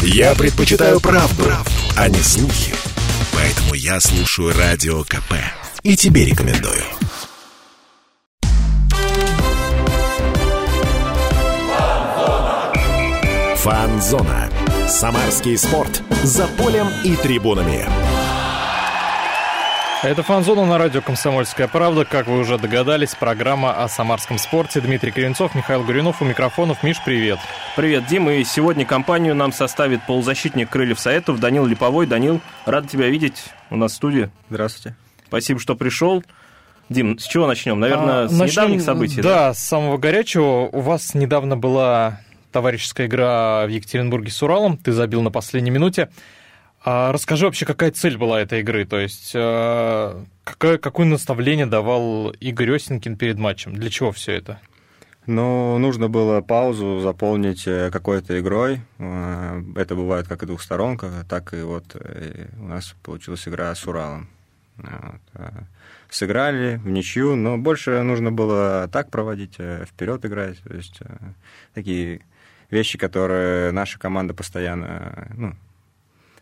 Я предпочитаю правду, а не слухи. Поэтому я слушаю Радио КП. И тебе рекомендую. Фанзона. Самарский спорт. За полем и трибунами. Это «Фанзона» на радио «Комсомольская правда». Как вы уже догадались, программа о самарском спорте. Дмитрий Кривенцов, Михаил Гуринов у микрофонов. Миш, привет. Привет, Дим. И сегодня компанию нам составит полузащитник «Крыльев Советов» Данил Липовой. Данил, рад тебя видеть у нас в студии. Здравствуйте. Спасибо, что пришел. Дим, с чего начнем? Наверное, А, с начнем, недавних событий. Да, с самого горячего. У вас недавно была товарищеская игра в Екатеринбурге с Уралом. Ты забил на последней минуте. А расскажи вообще, какая цель была этой игры? То есть, э, какое, какое наставление давал Игорь Осинкин перед матчем? Для чего все это? Ну, нужно было паузу заполнить э, какой-то игрой. Э, Это бывает как и двухсторонка, так и вот э, у нас получилась игра с Уралом. Вот, э, Сыграли в ничью, но больше нужно было так проводить, э, вперед играть. То есть э, такие вещи, которые наша команда постоянно э, ну,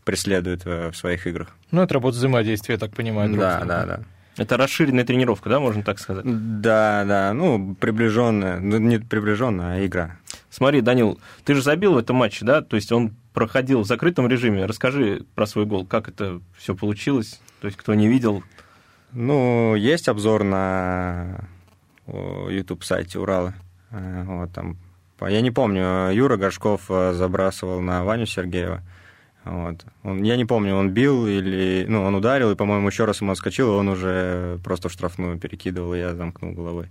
преследует э, в своих играх. Ну, это работа взаимодействия, я так понимаю. друг с Да, другом. да, да. Это расширенная тренировка, да, можно так сказать? Да, да, ну, приближенная, ну, не приближенная, а игра. Смотри, Данил, ты же забил в этом матче, да? То есть он проходил в закрытом режиме. Расскажи про свой гол, как это все получилось. То есть кто не видел, Ну, есть обзор на о, YouTube-сайте Урала. Э, Вот там. по- Я не помню, Юра Горшков э, забрасывал на Ваню Сергеева. Вот. Он, я не помню, он бил или... Ну, он ударил, и, по-моему, еще раз ему отскочил, и он уже просто в штрафную перекидывал, и я замкнул головой.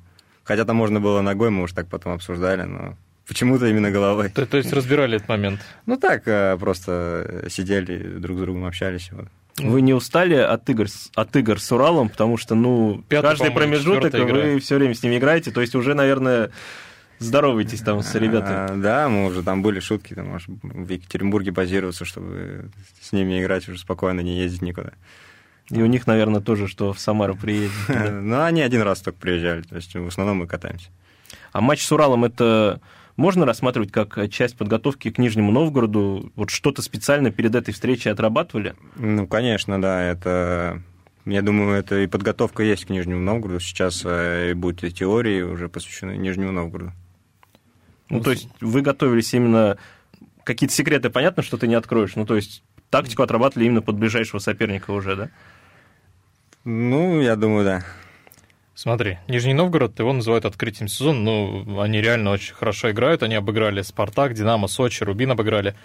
Хотя там можно было ногой, мы уж так потом обсуждали, но почему-то именно головой. То, то есть, разбирали этот момент. Ну, так э, просто сидели, друг с другом общались. вот. вы не устали от игр, с- от игр с Уралом, потому что, ну, Пятый, каждый по-моему, промежуток четвертая игра. вы все время с ними играете. То есть уже, наверное, здороваетесь там с ребятами. А, Да, мы уже там были шутки, там может, в Екатеринбурге базироваться, чтобы с ними играть уже спокойно, не ездить никуда. И у них, наверное, тоже, что в Самару приедет. Но они один раз только приезжали, то есть в основном мы катаемся. А матч с Уралом это можно рассматривать как часть подготовки к Нижнему Новгороду? Вот что-то специально перед этой встречей отрабатывали? Ну, конечно, да, это... Я думаю, это и подготовка есть к Нижнему Новгороду. Сейчас э, и будут и теории уже посвящены Нижнему Новгороду. Ну, Ну, то с- есть вы готовились именно... Какие-то секреты, понятно, что ты не откроешь. Ну, то есть тактику отрабатывали именно под ближайшего соперника уже, да? Ну, я думаю, да. Смотри, Нижний Новгород, его называют открытием сезона. Ну, они реально очень хорошо играют. Они обыграли «Спартак», «Динамо», «Сочи», «Рубин» обыграли.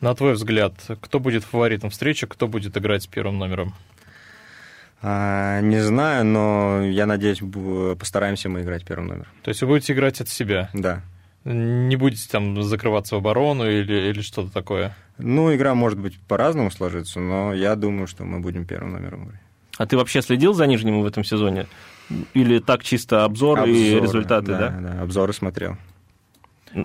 На твой взгляд, кто будет фаворитом встречи, кто будет играть с первым номером? А, не знаю, но я надеюсь, бу- постараемся мы играть первым номером. То есть вы будете играть от себя, Да. не будете там закрываться в оборону или, или что-то такое. Ну, игра может быть по-разному сложится, но я думаю, что мы будем первым номером играть. А ты вообще следил за Нижним в этом сезоне? Или так чисто обзор, и Обзоры, результаты, да? да? обзоры смотрел.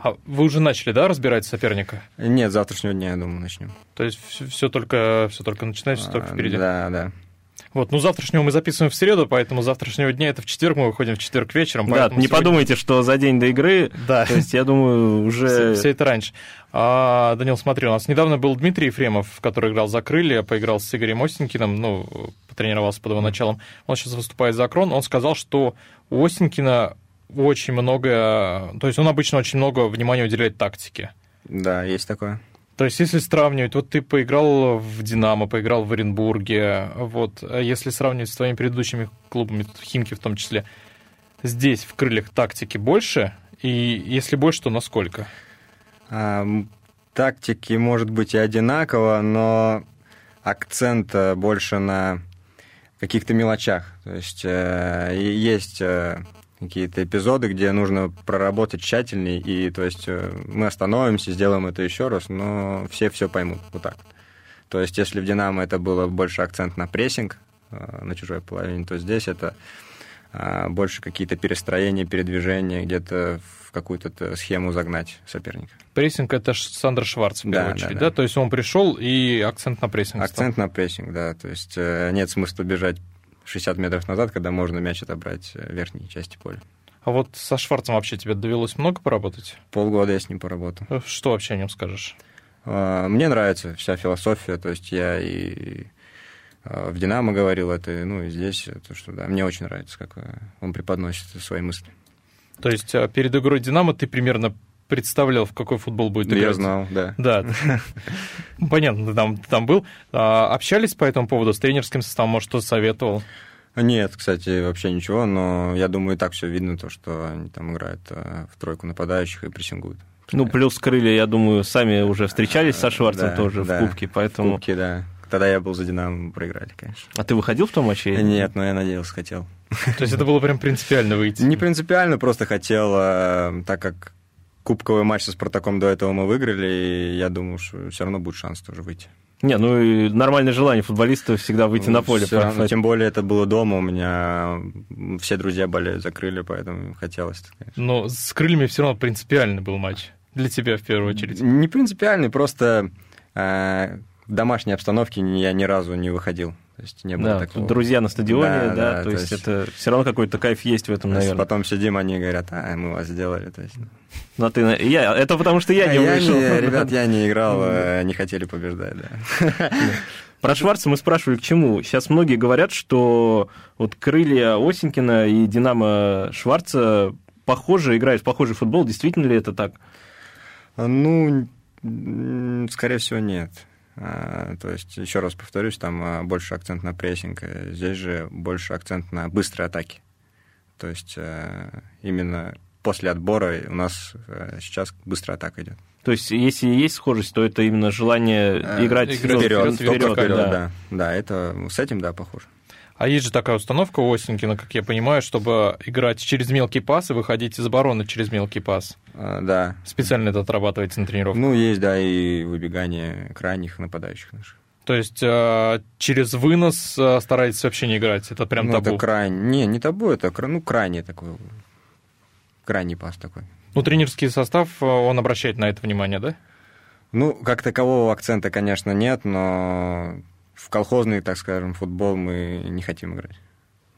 А вы уже начали, да, разбирать соперника? Нет, с завтрашнего дня, я думаю, начнем. То есть все, только, все только начинается, все только А, впереди. Да, да. Вот, ну завтрашнего мы записываем в среду, поэтому завтрашнего дня это в четверг, мы выходим в четверг вечером. Да, поэтому не сегодня- подумайте, что за день до игры. Да. То есть, я думаю, Все, уже... все это раньше. А, Данил, смотри, у нас недавно был Дмитрий Ефремов, который играл за крылья, поиграл с Игорем Осенькиным, ну, потренировался под его началом. Он сейчас выступает за Крон. Он сказал, что у Осенькина очень много... То есть он обычно очень много внимания уделяет тактике. Да, есть такое. То есть, если сравнивать, вот ты поиграл в «Динамо», поиграл в Оренбурге, вот, а если сравнивать с твоими предыдущими клубами, в «Химки» в том числе, здесь в «Крыльях» тактики больше, и если больше, то насколько? А, м, тактики, может быть, и одинаково, но акцент э, больше на каких-то мелочах. То есть э, и есть э, какие-то эпизоды, где нужно проработать тщательнее, и то есть э, мы остановимся, сделаем это еще раз, но все все поймут. Вот так. То есть если в «Динамо» это было больше акцент на прессинг э, на чужой половине, то здесь это а, больше какие-то перестроения, передвижения, где-то в какую-то т- схему загнать соперника. Прессинг – это Ш- Сандер Шварц, в Да, первую да, очередь, да, да. То есть он пришел, и акцент на прессинг стал. Акцент на прессинг, да. То есть э, нет смысла бежать 60 метров назад, когда можно мяч отобрать э, в верхней части поля. А вот со Шварцем вообще тебе довелось много поработать? Э, Полгода я с ним поработал. А, Что вообще о нем скажешь? Мне нравится вся философия, то есть я и э, в «Динамо» говорил это, и, ну и здесь, то, что да, мне очень нравится, как э, он преподносит свои мысли. То есть э, перед игрой «Динамо» ты примерно представлял, в какой футбол будет играть? Я знал, да. Да. Понятно, ты там, ты там был. А, общались по этому поводу с тренерским составом? Может, что советовал? Нет, кстати, вообще ничего, но я думаю, и так все видно, то, что они там играют э, в тройку нападающих и прессингуют. Ну, плюс крылья, я думаю, сами уже встречались со Шварцем да, тоже да, в Кубке, поэтому... В Кубке, да. Тогда я был за «Динамо», мы проиграли, конечно. А ты выходил в том матче? Нет, но я надеялся, хотел. То есть это было прям принципиально выйти? Не принципиально, просто хотел, так как кубковый матч со «Спартаком» до этого мы выиграли, и я думаю, что все равно будет шанс тоже выйти. Не, ну и нормальное желание футболиста всегда выйти ну, на поле. Все равно, тем более это было дома, у меня все друзья болеют за крылья, поэтому хотелось. Конечно. Но с крыльями все равно принципиальный был матч для тебя в первую очередь. Не принципиальный, просто э, в домашней обстановке я ни разу не выходил. То есть не было да, такого. Друзья на стадионе, да, да, да то, то есть, есть это все равно какой-то кайф есть в этом, наверное. Потом сидим, они говорят, а, мы вас сделали, то есть. ну. Но ты, я, это потому что я не я А вышел. Не, ребят, я не играл, э, не хотели побеждать, да. Про Шварца мы спрашивали, к чему. Сейчас многие говорят, что вот крылья Осенькина и Динамо Шварца похоже играют в похожий футбол. Действительно ли это так? Ну, скорее всего, нет. А, То есть, еще раз повторюсь, там а, больше акцент на прессинг, э, здесь же больше акцент на быстрые атаки. То есть э, именно после отбора у нас э, сейчас быстрая атака идет. То есть, если есть схожесть, то это именно желание Э, играть вперед, вперед, вперед, вперед, вперед да. да. Да, это с этим, да, похоже. А есть же такая установка у Осенькина, как я понимаю, чтобы играть через мелкий пас и выходить из обороны через мелкий пас. А, да. Специально это отрабатывается на тренировках. Ну, есть, да, и выбегание крайних нападающих наших. То есть э, через вынос э, стараетесь вообще не играть? Это прям ну, табу? Это крайне. Не, не табу, это ну, крайний такой. Крайний пас такой. Ну, тренерский состав, э, он обращает на это внимание, да? Ну, как такового акцента, конечно, нет, но в колхозный, так скажем, футбол мы не хотим играть.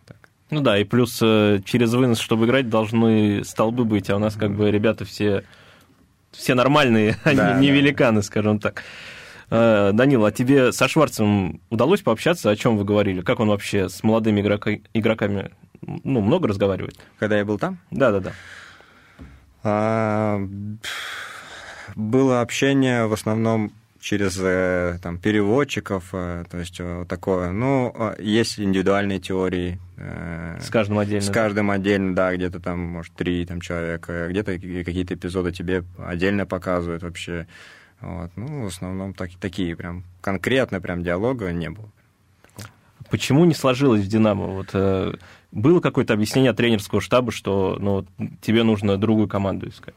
Так. Ну да, и плюс через вынос, чтобы играть, должны столбы быть, а у нас как бы ребята все, все нормальные, они да, не да. великаны, скажем так. Данил, а тебе со Шварцем удалось пообщаться? О чем вы говорили? Как он вообще с молодыми игрока- игроками ну, много разговаривает? Когда я был там? Да-да-да. А, было общение в основном через э, там, переводчиков, э, то есть вот такое. Ну, есть индивидуальные теории. э, С каждым отдельно. С каждым да? отдельно, да, где-то там, может, три там, человека, где-то какие-то эпизоды тебе отдельно показывают вообще. Вот. Ну, в основном так, такие прям, конкретно прям диалога не было. Почему не сложилось в «Динамо»? Вот, э, было какое-то объяснение от тренерского штаба, что ну, тебе нужно другую команду искать?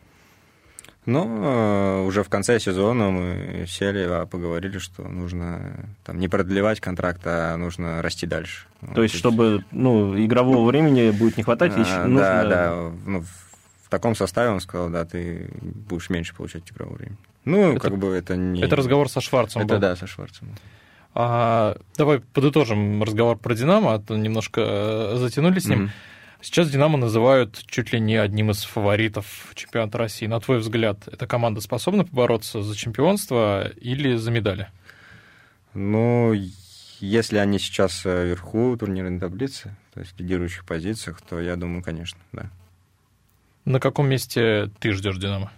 Но Ну, э, уже в конце сезона мы сели, а, поговорили, что нужно там, не продлевать контракт, а нужно расти дальше. То вот есть, здесь. чтобы ну, игрового времени будет не хватать, а, еще нужно... Да, да. Ну, в таком составе он сказал, да, ты будешь меньше получать игрового времени. Ну, это, как бы это не... Это разговор со Шварцем Это был. да, со Шварцем. А, давай подытожим разговор про «Динамо», а то немножко затянули с ним. Mm-hmm. Сейчас «Динамо» называют чуть ли не одним из фаворитов чемпионата России. На твой взгляд, эта команда способна побороться за чемпионство или за медали? Ну, если они сейчас э, вверху турнирной таблицы, то есть в лидирующих позициях, то я думаю, конечно, да. На каком месте ты ждешь «Динамо»?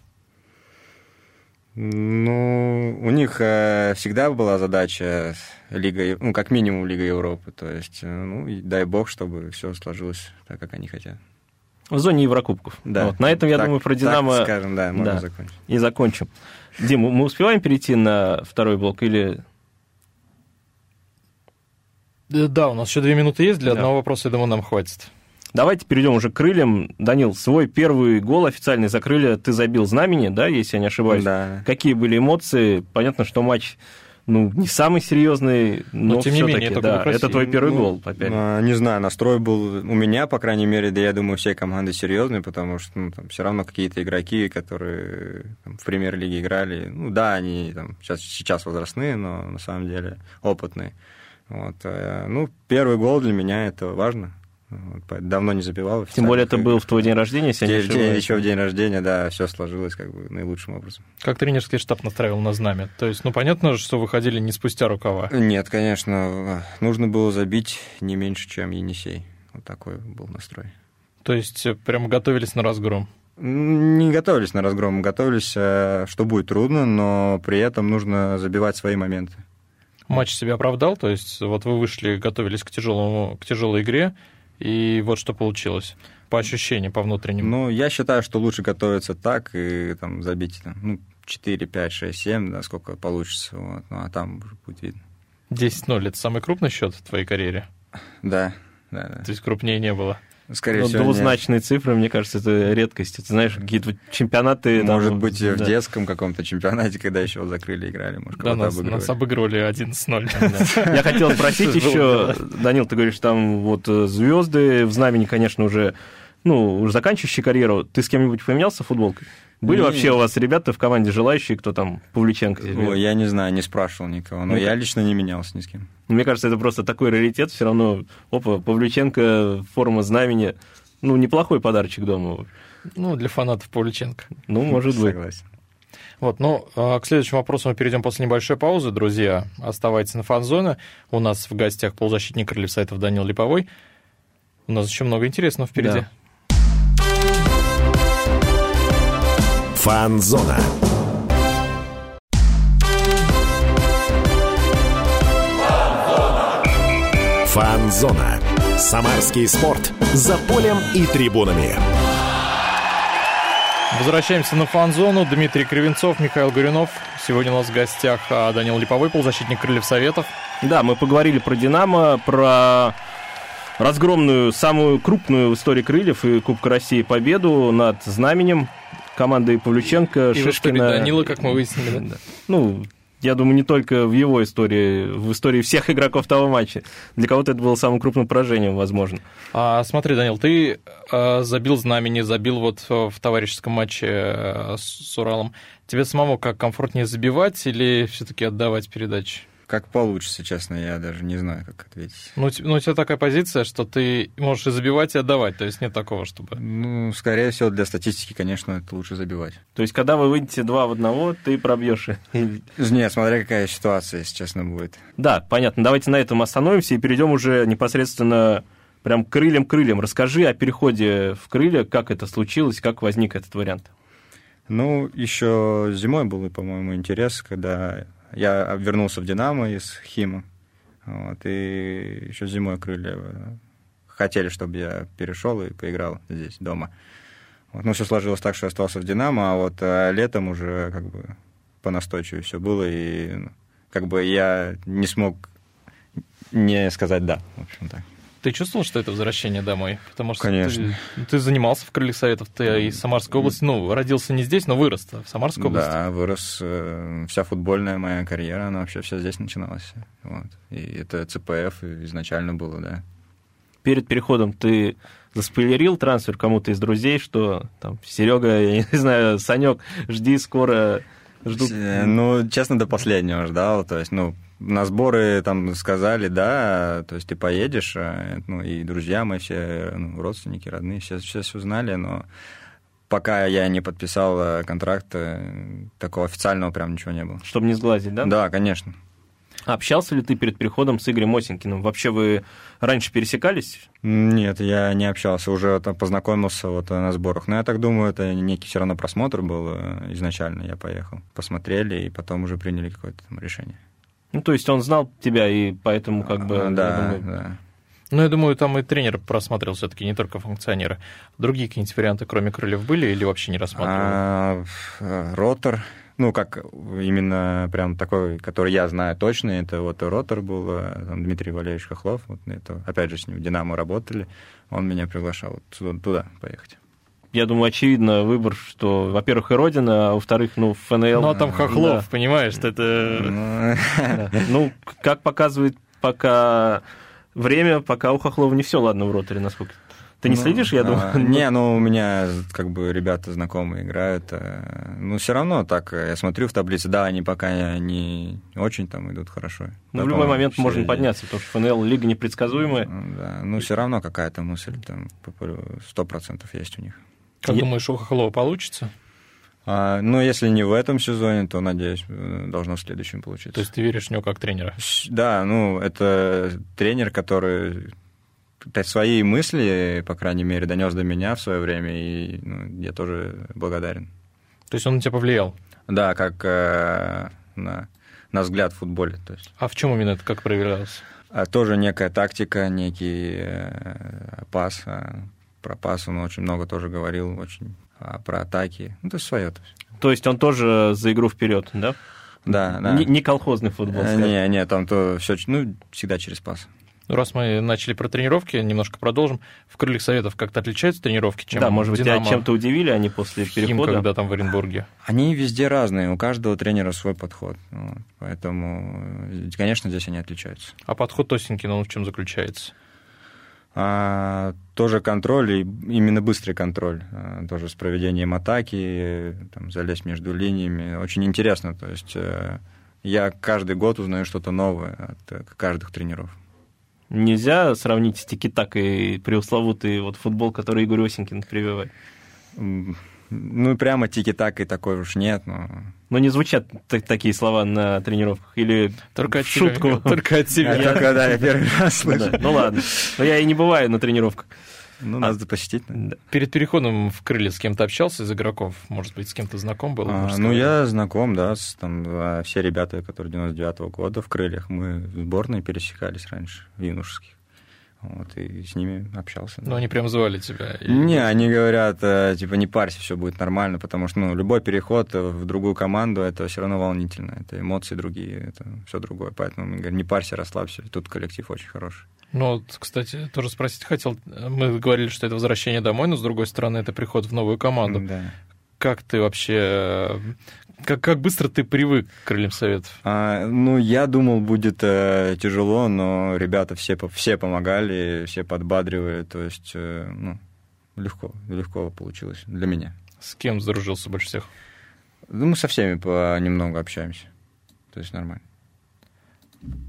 Ну, у них э, всегда была задача Лига, ну, как минимум Лига Европы. То есть, ну, дай бог, чтобы все сложилось так, как они хотят. В зоне Еврокубков. Да. Ну, Вот. На этом, я так, думаю, про Динамо... Так, скажем, да, можно да. закончить. И закончим. Дим, мы успеваем перейти на второй блок или... Э, Да, у нас еще две минуты есть для да. одного вопроса, я думаю, нам хватит. Давайте перейдем уже к крыльям. Данил, свой первый гол официальный за крылья ты забил знамени, да, если я не ошибаюсь? Да. Какие были эмоции? Понятно, что матч ну, не самый серьезный, но, но тем не менее, это, да, это твой первый ну, гол. Опять. а, Не знаю, настрой был у меня, по крайней мере, да я думаю, всей команды серьезный, потому что ну, там, все равно какие-то игроки, которые там, в премьер-лиге играли, ну да, они там, сейчас, сейчас возрастные, но э, на самом деле опытные. Вот. Ну, первый гол для меня это важно Давно не забивал. Тем более это был в твой день рождения, если я не День- день- ошибаюсь. еще в день рождения, да, все сложилось как бы наилучшим образом. Как тренерский штаб настраивал на знамя? То есть, ну, понятно же, что выходили не спустя рукава. Нет, конечно, нужно было забить не меньше, чем Енисей. Вот такой был настрой. То есть, э, прям готовились на разгром. М, Не готовились на разгром, готовились, э, что будет трудно, но при этом нужно забивать свои моменты. Матч себя оправдал, то есть, вот вы вышли, готовились к, тяжелому, к тяжелой игре, и вот что получилось. По ощущениям, по внутренним. Ну, я считаю, что лучше готовиться так и там забить там, ну, 4, 5, 6, 7, да, сколько получится. Вот. Ну, а там уже будет видно. 10-0 это самый крупный счет в твоей карьере. Да, да, То есть крупнее не было. да. Скорее Ну, всего, нет. двузначные цифры, мне кажется, это редкость. Ты знаешь, какие-то чемпионаты... там, Может быть, в да. детском каком-то чемпионате, когда еще закрыли, играли, может, Да, кого-то нас, обыгрывали. нас обыгрывали 11-0. Да. Я хотел спросить Что ж было еще, делать? Данил, ты говоришь, там вот э, звезды в знамени, конечно, уже, ну, уже заканчивающие карьеру. Ты с кем-нибудь поменялся футболкой? Были Не. вообще у вас ребята в команде желающие, кто там, Павлюченко? тебе? Ой, я не знаю, не спрашивал никого, но Ну, я как- лично не менялся ни с кем. Ну, Мне кажется, это просто такой раритет, все равно, опа, Павлюченко, форма знамени, ну, неплохой подарочек дома. Ну, для фанатов Павличенко. Ну, может быть. Согласен. Вот, ну, а, к следующему вопросу мы перейдем после небольшой паузы. Друзья, оставайтесь на фан-зоне. У нас в гостях полузащитник крыльев сайтов Данил Липовой. У нас еще много интересного впереди. Да. Фанзона. Фанзона. Самарский спорт. За полем и трибунами. Возвращаемся на фан-зону. Дмитрий Кривенцов, Михаил Горюнов. Сегодня у нас в гостях а, Данил Липовой, полузащитник крыльев советов. Да, мы поговорили про «Динамо», про разгромную, самую крупную в истории крыльев и Кубка России победу над знаменем командой Павлюченко, И в истории Шишкина. Данила, как мы выяснили. да? Ну, я думаю, не только в его истории, в истории всех игроков того матча. Для кого-то это было самым крупным поражением, возможно. А, смотри, Данил, ты э, забил знамени, забил вот э, в товарищеском матче э, с, с Уралом. Тебе самому как комфортнее забивать или все-таки отдавать передачи? Как получится, честно, я даже не знаю, как ответить. Ну, у те- ну, у тебя такая позиция, что ты можешь и забивать, и отдавать. То есть нет такого, чтобы... Ну, скорее всего, для статистики, конечно, это лучше забивать. То есть, когда вы выйдете два в одного, ты пробьешь. и- Нет, смотря какая ситуация, если честно, будет. Да, понятно. Давайте на этом остановимся и перейдем уже непосредственно прям крыльям-крыльям. Расскажи о переходе в крылья, как это случилось, как возник этот вариант. Ну, еще зимой был, по-моему, интерес, когда я вернулся в «Динамо» из «Хима». Вот, и еще зимой крылья э, хотели, чтобы я перешел и поиграл здесь, дома. Вот, ну, все сложилось так, что я остался в «Динамо», а вот э, летом уже как бы понастойчивее все было, и ну, как бы я не смог не сказать «да», в общем так. Ты чувствовал, что это возвращение домой? Потому что Конечно. Ты, ты занимался в Крыльях Советов, ты из Самарской области, ну, родился не здесь, но вырос в Самарской области. Да, вырос. э, Вся футбольная моя карьера, она вообще вся здесь начиналась. Вот. И это ЦПФ изначально было, да. Перед переходом ты заспойлерил трансфер кому-то из друзей, что там Серега, я не знаю, Санек, жди скоро, ждут. Э, Ну, честно, до последнего ждал. То есть, ну, на сборы там сказали, да, то есть ты поедешь, э, ну, и друзья мои все, ну, родственники, родные, все, все, все знали, но пока я не подписал э, контракт, э, такого официального прям ничего не было. Чтобы не сглазить, да? Да, конечно. Общался ли ты перед переходом с Игорем Осенькиным? Вообще вы раньше пересекались? Нет, я не общался, уже там познакомился вот э, на сборах. Но я так думаю, это некий все равно просмотр был э, изначально, я поехал. Посмотрели и потом уже приняли какое-то там решение. Ну, то есть он знал тебя, и поэтому как бы... А, я да, думаю, да. Ну, я думаю, там и тренер просматривал все-таки, не только функционеры. Другие какие-нибудь варианты, кроме Крыльев, были или вообще не рассматривали? А, ф- э, ротор, ну как именно прям такой, который я знаю точно, это вот ротор был, э, там Дмитрий Валерьевич Хохлов, вот на это, опять же с ним в «Динамо» работали, он меня приглашал вот сюда- туда поехать. я думаю, очевидно выбор, что, во-первых, и родина, а во-вторых, ну, ФНЛ. Ну, а там Да. Хохлов, понимаешь, что это... Ну, Да. Ну, к- как показывает пока время, пока у Хохлова не все ладно в роторе, насколько... Ты не следишь, я думаю? А, Не, ну у меня как бы ребята знакомые играют. э, Ну, все равно так, э, я смотрю в таблице, да, они пока не очень там идут хорошо. Ну, в Потом любой момент все- можно подняться, потому что ФНЛ лига непредсказуемая. М, Да, ну все равно какая-то мысль там попро- 100% есть у них. Как Я- думаешь, у Хохлова получится? А, но если не в этом сезоне, то, надеюсь, э, должно в следующем получиться. То есть ты веришь в него как тренера? С- Да, ну, это тренер, который т- свои мысли, по крайней мере, донес до меня в свое время, и ну, я тоже благодарен. То есть он на тебя повлиял? Да, как э, на, на взгляд в футболе. То есть. А в чем именно это как проявлялось? А тоже некая тактика, некий э, пас. э, про пас он очень много тоже говорил, очень а, про атаки. Ну, то есть свое. То есть. То есть он тоже за игру вперед, да? Да, да. Не, не колхозный футбол. Э, скажем. не, не, там то все, ну, всегда через пас. Ну, раз мы начали про тренировки, немножко продолжим. В крыльях советов как-то отличаются тренировки, чем да, может быть, тебя «Динамо», чем-то удивили они после «Хим», перехода. когда там в Оренбурге. Они везде разные, у каждого тренера свой подход. Вот, Поэтому, э, конечно, здесь они отличаются. А подход Тосенькина, он в чем заключается? А, тоже контроль, и именно быстрый контроль. а, тоже с проведением атаки, э, там, залезть между линиями. Очень интересно. То есть э, я каждый год узнаю что-то новое от э, каждых тренеров. Нельзя сравнить с тикитак и преусловутый вот футбол, который Игорь Осенькин прививает. М, Ну, прямо тики-так и такой уж нет. Но... Но не звучат та- такие слова на тренировках. Или Только от в шутку. тебя. Только от тебя. Я только, да, я первый раз Ну слышу. да, Ну ладно. Но я и не бываю на тренировках. Ну, надо посетить. наверное. Да. Перед переходом в крылья с кем-то общался из игроков? Может быть, с кем-то знаком был? А, Можешь ну, сказать? я знаком, да, с, там, а, все ребята, которые 99-го года в «Крыльях», мы в сборной пересекались раньше, в юношеских. Вот, и с ними общался. да. Ну, они прям звали тебя. и- Не, они говорят, э, типа, не парься, все будет нормально, потому что, ну, любой переход в другую команду, это все равно волнительно, это эмоции другие, это все другое, поэтому мы говорим, не парься, расслабься, тут коллектив очень хороший. Ну, вот, кстати, тоже спросить хотел. Мы говорили, что это возвращение домой, но, с другой стороны, это приход в новую команду. Да. Как ты вообще... э, Как, как быстро ты привык к крыльям советов? А, ну, я думал, будет э, тяжело, но ребята все, по- все помогали, все подбадривали, то есть, э, ну, легко, легко получилось для меня. С кем заружился больше всех? Ну, мы со всеми понемногу общаемся, то есть нормально.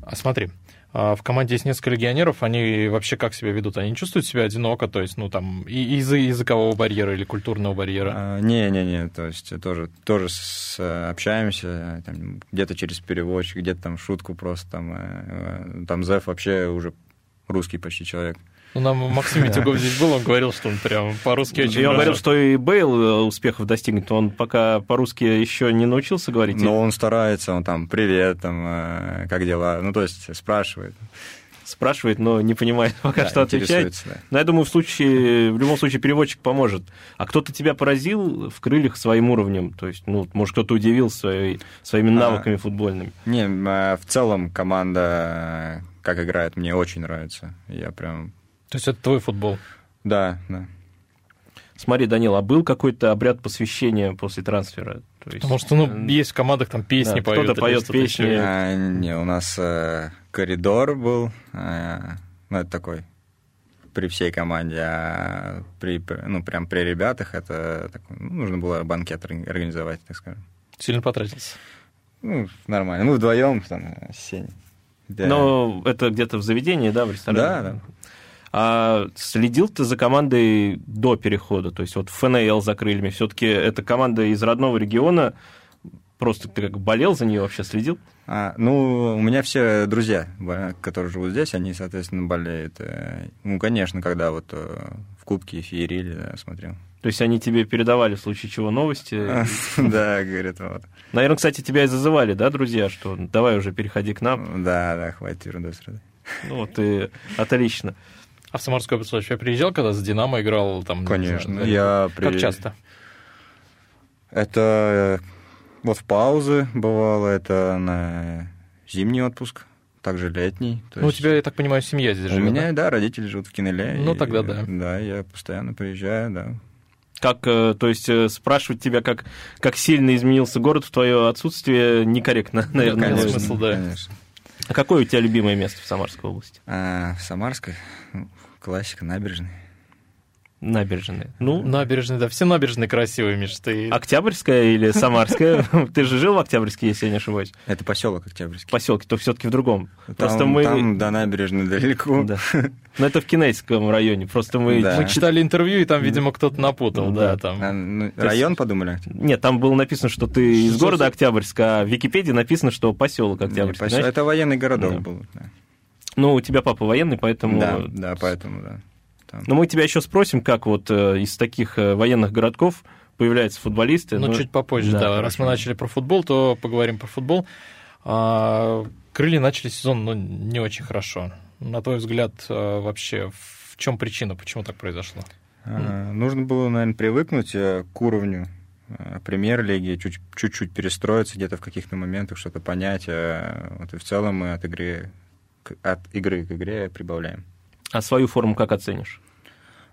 А смотри, а, в команде есть несколько легионеров, они вообще как себя ведут? Они чувствуют себя одиноко, то есть, ну, там, и- из-за языкового барьера или культурного барьера? А, Не-не-не, то есть э, тоже, тоже с, э, общаемся, э, там, где-то через переводчик, где-то там шутку просто, там, э, э, там Зев вообще уже русский почти человек. Ну, нам Максим Митюгов здесь был, он говорил, что он прям по-русски очень Я хорошо. говорил, что и Бейл э, успехов достигнет. Он пока по-русски еще не научился говорить. Но он старается, он там «Привет», там э, «Как дела?» Ну, то есть спрашивает. Спрашивает, но не понимает пока Да, А что отвечает. интересуется, да. Но я думаю, в, случае, в любом случае переводчик поможет. А кто-то тебя поразил в крыльях своим уровнем? То есть, ну, может, кто-то удивил своей- своими А. навыками футбольными. Не, м, э, в целом команда, э, как играет, мне очень нравится. Я прям... То есть, это твой футбол? Да, да. Смотри, Данил, а был какой-то обряд посвящения после трансфера? То есть, Потому что, ну, э, есть в командах там песни Да, поют. кто-то или поет что-то песни. еще. А, не, у нас э, коридор был, э, ну, это такой при всей команде, а при, при- ну, прям при ребятах это такой, ну, нужно было банкет орг- организовать, так скажем. Сильно потратился. Ну, нормально. Ну, вдвоем там, э, с Сеней. Да. Но это где-то в заведении, да, в ресторане? Да, да. А следил ты за командой до перехода? То есть вот ФНЛ за крыльями. Все-таки эта команда из родного региона. Просто ты как болел за нее вообще, следил? А, ну, у меня все друзья, бо- которые живут здесь, они, соответственно, болеют. э, Ну, конечно, когда вот э, в Кубке феерили, да, смотрел. То есть они тебе передавали в случае чего А. новости. Да, говорит, вот. Наверное, кстати, тебя и зазывали, да, друзья, что давай уже переходи к нам. Да, да, хватит ерунду с родой. Ну вот и отлично. А в Самарскую область вообще приезжал, когда за «Динамо» играл? там? не Конечно, знаю, я Ну, Как при- часто? Это э, вот в паузы бывало, это на зимний отпуск, также летний. то Ну, у есть- тебя, я так понимаю, семья здесь У живет, меня, да, родители живут в Кинеле. Ну, и- тогда да. Да, я постоянно приезжаю, да. Как, э, то есть, э, спрашивать тебя, как, как сильно изменился город в твое отсутствие, некорректно, наверное. Ну, нет будет. конечно. смысла, да. Конечно. А какое у тебя любимое место в Самарской области? А в Самарской ну, классика набережной. Набережные. Ну, Набережные, да, все набережные красивые, Миш, ты... А, Октябрьская или Самарская? Ты же жил в Октябрьске, если я не ошибаюсь. Это поселок Октябрьский. Поселке, то все-таки в другом. Там, Просто мы... там до набережной далеко. Да. Но это в Кинейском районе. Просто мы... Да. Мы читали интервью, и там, видимо, кто-то напутал, да, А, там. ну, То район подумали? Нет, там было написано, что ты из Что города за- Октябрьск, а в Википедии написано, что поселок Не, Октябрьский. посел- знаешь? Это военный городок Да. был. да. Ну, у тебя папа военный, поэтому... Да, да, поэтому, да. Там. Но мы тебя еще спросим, как вот э, из таких э, военных городков появляются футболисты. Ну, чуть попозже, да. Раз мы хорошо. начали про футбол, то поговорим про футбол. А, крылья начали сезон, ну, не очень хорошо. На твой взгляд, а, вообще, в чем причина, почему так произошло? А, Нужно было, наверное, привыкнуть э, к уровню э, премьер-лиги, чуть- чуть-чуть перестроиться где-то в каких-то моментах, что-то понять. э, Вот и в целом мы от игры к, от игры к игре прибавляем. А свою форму как оценишь?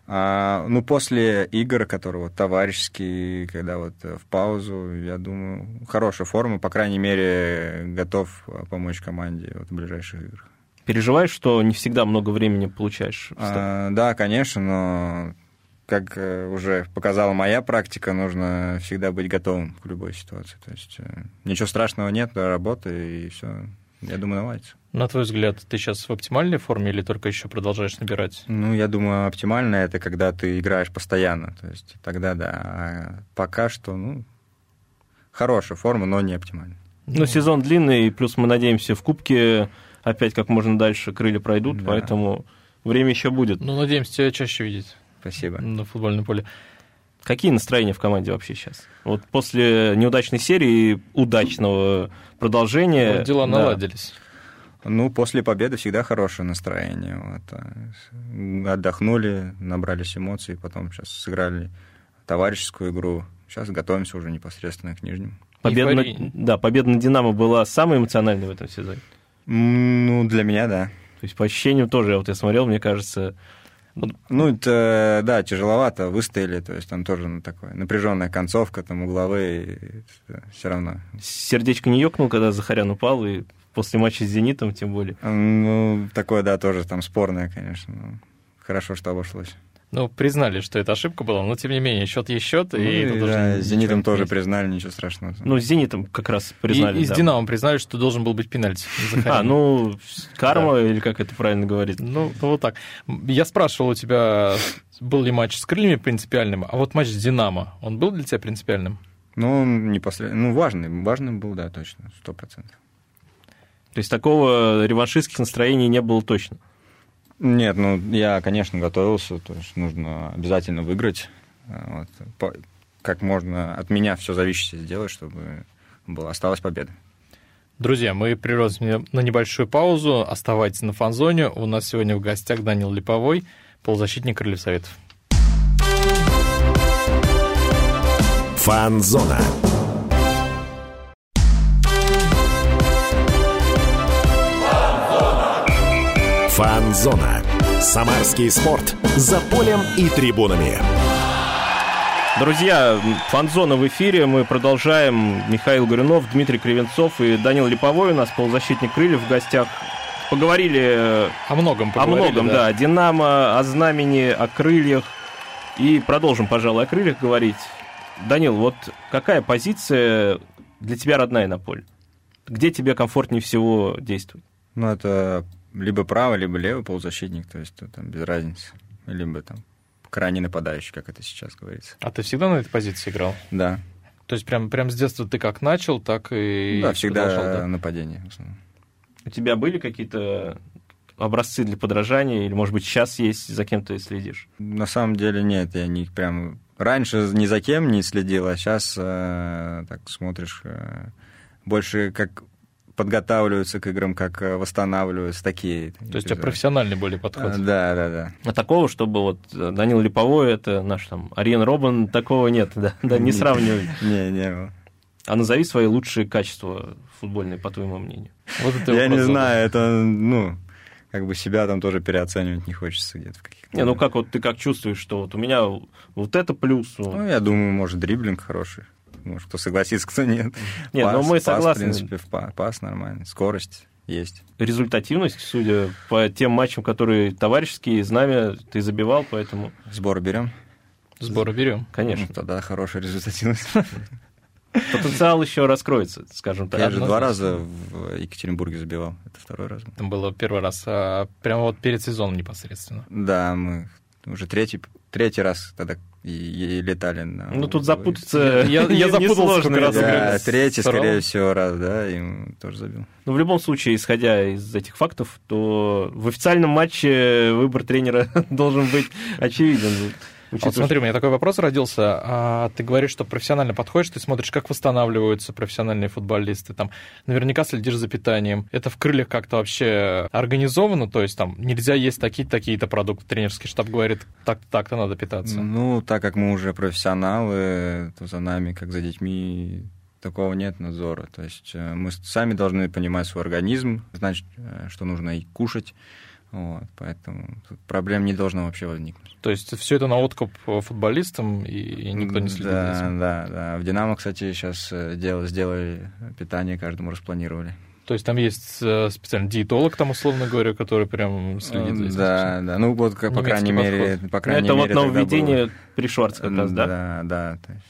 А, ну, после игр, которые вот товарищеские, когда вот э, в паузу, я думаю, хорошая форма, по крайней мере, готов э, помочь команде вот, в ближайших играх. Переживаешь, что не всегда много времени получаешь? в ста- А, да, конечно, но как э, уже показала моя практика, нужно всегда быть готовым к любой ситуации. То есть э, ничего страшного нет, да, работа и все. Я думаю, наладится. На твой взгляд, ты сейчас в оптимальной форме или только еще продолжаешь набирать? Ну, я думаю, оптимально это когда ты играешь постоянно. То есть тогда да. А пока что, ну, хорошая форма, но не оптимальная. Ну, сезон длинный, плюс мы надеемся, в Кубке опять как можно дальше крылья пройдут, Да. поэтому время еще будет. Ну, надеемся тебя чаще видеть Спасибо. на футбольном поле. Какие настроения в команде вообще сейчас? Вот после неудачной серии и удачного продолжения... Вот дела да. наладились. Ну, после победы всегда хорошее настроение. Вот. А, Отдохнули, набрались эмоций, потом сейчас сыграли товарищескую игру. Сейчас готовимся уже непосредственно к нижнему. Победа на- Эйфория. да, победа на «Динамо» была самой эмоциональной в этом сезоне. М, Ну, для меня, да. То есть по ощущениям тоже, вот я смотрел, мне кажется, Ну, это, да, тяжеловато, выстояли, то есть там тоже ну, такое напряженная концовка, там угловые, все равно. сердечко не ёкнуло, когда Захарян упал, и после матча с «Зенитом» тем более. М, Ну, такое, да, тоже там спорное, конечно. но Хорошо, что обошлось. Ну, признали, что это ошибка была, но тем не менее, счет есть счет. Ну, и, и, тут уже да, ничего с «Зенитом» не тоже поменять. признали, ничего страшного. Ну, с «Зенитом» как раз И- признали. и, с да. Динамо признали, что должен был быть пенальти. А, Захарян. ну, карма, или как это правильно говорить. Ну, ну, вот так. Я спрашивал у тебя, был ли матч с крыльями принципиальным, а вот матч с Динамо, он был для тебя принципиальным? Ну, он непосредственно, ну, важный, важный был, да, точно, сто процентов. То есть такого реваншистских настроений не было точно. Нет, ну я, конечно, готовился, то есть нужно обязательно выиграть. А, вот, по- как можно от меня все зависящее сделать, чтобы была, осталась победа. Друзья, мы прервемся на небольшую паузу. Оставайтесь на фанзоне. У нас сегодня в гостях Данил Липовой, полузащитник Крыльев Советов. Фанзона. Фанзона. Самарский спорт. За полем и трибунами. Друзья, фанзона в эфире. Мы продолжаем. Михаил Горюнов, Дмитрий Кривенцов и Данил Липовой у нас полузащитник крыльев в гостях. Поговорили э, О многом поговорили. о многом, да. о Динамо, о знамени, о крыльях. И продолжим, пожалуй, о крыльях говорить. Данил, вот какая позиция для тебя родная на поле? Где тебе комфортнее всего действовать? Ну, это либо правый, либо левый полузащитник, то есть тут там без разницы. Либо там крайне нападающий, как это сейчас говорится. А ты всегда на этой позиции играл? Да, То есть прям, прям с детства ты как начал, так и да всегда продолжал, да? нападение. в основном. У тебя были какие-то образцы для подражания? Или, может быть, сейчас есть, за кем ты следишь? На самом деле нет, я не прям раньше ни за кем не следил, а сейчас так смотришь э, больше как подготавливаются к играм, как э, восстанавливаются такие. То есть у тебя профессиональный более подход. Э, Да, да, да. А такого, чтобы вот э, Данил Липовой, это наш там Ариен Робан, такого нет, да, да не Нет. сравнивай. Не, ну, не. А назови свои лучшие качества футбольные, по твоему мнению. Вот это Я не вопрос. знаю, это ну как бы себя там тоже переоценивать не хочется где-то в каких-то. Не, ну как вот ты как чувствуешь, что вот у меня вот это плюс. вот. Ну, я думаю, может дриблинг хороший. Может, кто согласится, кто нет. Нет, ну, мы пас, согласны. в принципе, в па- пас нормальный, скорость. есть. результативность, судя по тем матчам, которые товарищеские, знамя ты забивал, поэтому, Сбор берем. Сборы берем. конечно, Ну, тогда хорошая результативность. потенциал еще раскроется, скажем так. Я же два Однозначно. раза в Екатеринбурге забивал. Это второй раз. был. Там было первый раз, а, прямо вот перед сезоном непосредственно. Да, мы уже третий, третий раз тогда и, и летали. на- Ну, тут запутаться Я- я не- запутался несложно, сколько раз, да. Да, играли с третий, Уралом. скорее всего, раз, да, и м, тоже забил. Ну, в любом случае, исходя из этих фактов, то в официальном матче выбор тренера должен быть очевиден. А Вот Учитывая, смотри, у меня такой вопрос родился. А, ты говоришь, что профессионально подходишь, ты смотришь, как восстанавливаются профессиональные футболисты, там наверняка следишь за питанием. Это в крыльях как-то вообще организовано, то есть там нельзя есть такие-то, такие-то продукты. Тренерский штаб говорит, так-то, так-то надо питаться. Ну, так как мы уже профессионалы, то за нами, как за детьми, такого нет надзора. То есть э, мы с- сами должны понимать свой организм, знать, э, что нужно и кушать. Вот, поэтому тут проблем не должно вообще возникнуть. То есть все это на откуп э, футболистам, и, и никто не следит за Да, этим. да, да. В «Динамо», кстати, сейчас сделали питание, каждому распланировали. То есть там есть э, специальный диетолог, там, условно говоря, который прям следит за этим. Да, да. Ну, вот, как, по Немецкий крайней мере, по ну, крайней это вот мере, тогда было. нововведение при Шварц как раз, да? Да, да. то есть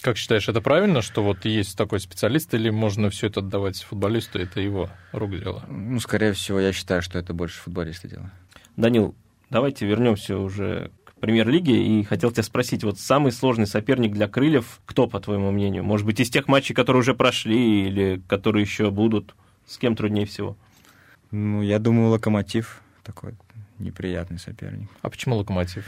Как считаешь, это правильно, что вот есть такой специалист, или можно все это отдавать футболисту, это его рук дело? Ну, скорее всего, я считаю, что это больше футболисты делают. Данил, давайте вернемся уже к премьер-лиге. И хотел тебя спросить, вот самый сложный соперник для крыльев, кто, по твоему мнению? Может быть, из тех матчей, которые уже прошли или которые еще будут, с кем труднее всего? Ну, я думаю, Локомотив такой неприятный соперник. А почему локомотив?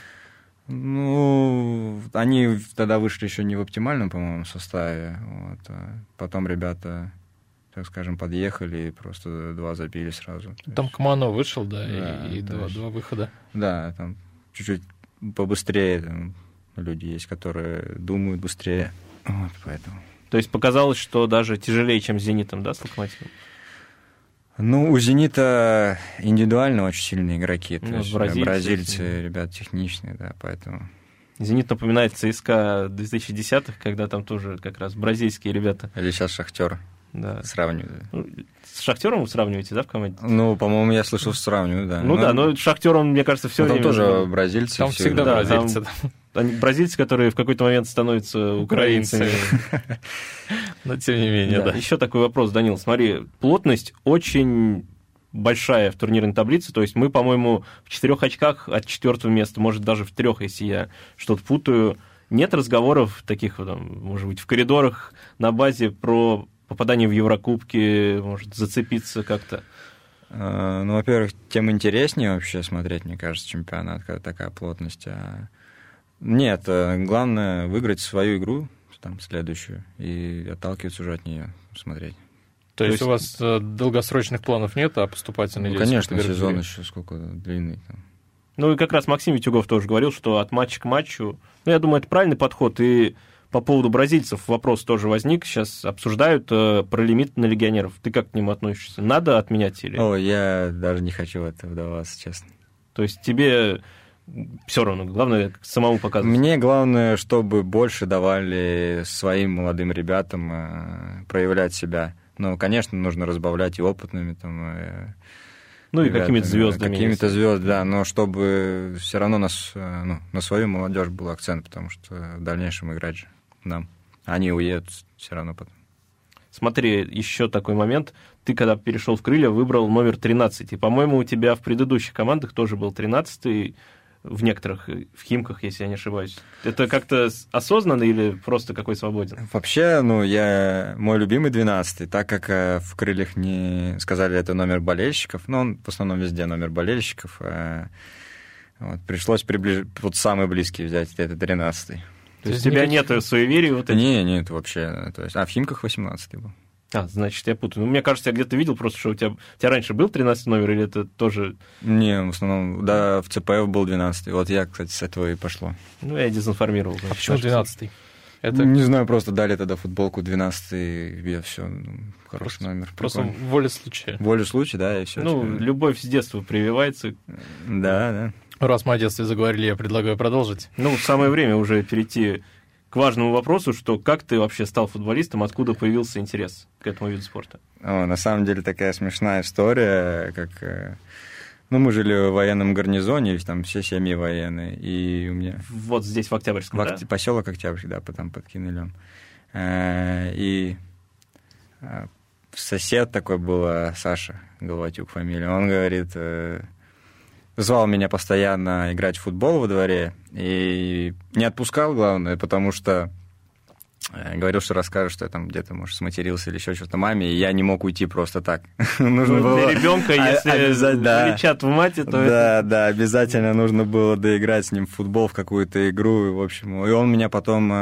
Ну, они тогда вышли еще не в оптимальном, по-моему, составе. Вот. а Потом ребята, так скажем, подъехали и просто два забили сразу. То Там есть, Камано вышел, да, и- Да, и, то два, есть- два выхода. Да, там чуть-чуть побыстрее там люди есть, которые думают быстрее. Вот, поэтому. То есть показалось, что даже тяжелее, чем с «Зенитом», да, с «Локомотивом»? Ну, у «Зенита» индивидуально очень сильные игроки. То Ну, есть, э, бразильцы сильные. бразильцы ребята техничные, да, поэтому... «Зенит» напоминает ЦСКА 2010-х, когда там тоже как раз бразильские ребята. Или сейчас «Шахтер» Да. сравнивают. Ну, С «Шахтером» вы сравниваете, да, в команде? Ну, по-моему, я слышал, сравниваю, да. Ну, да, но «Шахтером», мне кажется, все А, Ну, там время... тоже бразильцы. Там всё всегда время. да, бразильцы. там- да. Они бразильцы, которые в какой-то момент становятся украинцами. Украинцы. Но тем не менее, да. Еще такой вопрос, Данил. Смотри, плотность очень большая в турнирной таблице. То есть мы, по-моему, в четырех очках от четвертого места, может, даже в трех, если я что-то путаю. Нет разговоров таких, вот там, может быть, в коридорах на базе про попадание в Еврокубки, может, зацепиться как-то. Э, Ну, во-первых, тем интереснее вообще смотреть, мне кажется, чемпионат, когда такая плотность. а. Нет, э, главное выиграть свою игру, там, следующую, и отталкиваться уже от нее, смотреть. То есть есть- у вас э, долгосрочных планов нет, а поступательный Ну, есть конечно, категория сезон жюри? еще сколько длинный. там. Ну и как раз Максим Витюгов тоже говорил, что от матча к матчу... Ну, я думаю, это правильный подход. И по поводу бразильцев вопрос тоже возник. Сейчас обсуждают э, про лимит на легионеров. Ты как к ним относишься? Надо отменять или... О, я даже не хочу в это вдаваться, честно. То есть тебе все равно. Главное, как самому показывать. Мне главное, чтобы больше давали своим молодым ребятам э, проявлять себя. Ну, конечно, нужно разбавлять и опытными там. э, Ну и ребятами, какими-то да, звездами. Какими-то звездами, да, но чтобы все равно нас, э, ну, на свою молодежь был акцент, потому что в дальнейшем играть же нам. Они уедут все равно потом. Смотри, еще такой момент. Ты, когда перешел в крылья, выбрал номер 13. И, по-моему, у тебя в предыдущих командах тоже был 13 в некоторых, э, в Химках, если я не ошибаюсь. Это как-то с- осознанно или просто какой свободен? Вообще, ну, я мой любимый 12 так как э, в «Крыльях» не сказали, это номер болельщиков, но он в основном везде номер болельщиков, э, вот, пришлось приближ... вот самый близкий взять, это 13 То есть у тебя никаких- нет суеверий вот этих? Не, нет, вообще, то есть, а в «Химках» 18 был. А, значит, я путаю. Ну, мне кажется, я где-то видел просто, что у тебя, у тебя раньше был 13 номер, или это тоже... Не, в основном, да, в ЦПФ был 12 Вот я, кстати, с этого и пошло. Ну, я дезинформировал. А значит, почему наших 12-й? Это Не знаю, просто дали тогда футболку 12 я все, хороший номер. просто прикольно. воля случая. Волю случая, да, и все. слушателей. Ну, любовь с детства прививается. да, да. Раз мы о детстве заговорили, я предлагаю продолжить. Ну, самое время уже перейти к к важному вопросу, что как ты вообще стал футболистом, откуда появился интерес к этому виду спорта? О, на самом деле такая смешная история, как... э, Ну, мы жили в военном гарнизоне, там все семьи военные, и у меня... Вот здесь, в Октябрьском, да? Поселок Октябрьский, да, потом под Кинелем. Э, И э, сосед такой был, э, Саша Головатюк фамилия, он говорит, э, звал меня постоянно играть в футбол во дворе, и не отпускал, главное, потому что э, говорил, что расскажешь, что я там где-то, может, сматерился или еще что-то маме, и я не мог уйти просто так. Нужно Ну, было- Для ребенка, А- если обязательно, да. кричат в мате, то это... Да, да, обязательно нужно было доиграть с ним в футбол, в какую-то игру, и, в общем, и он меня потом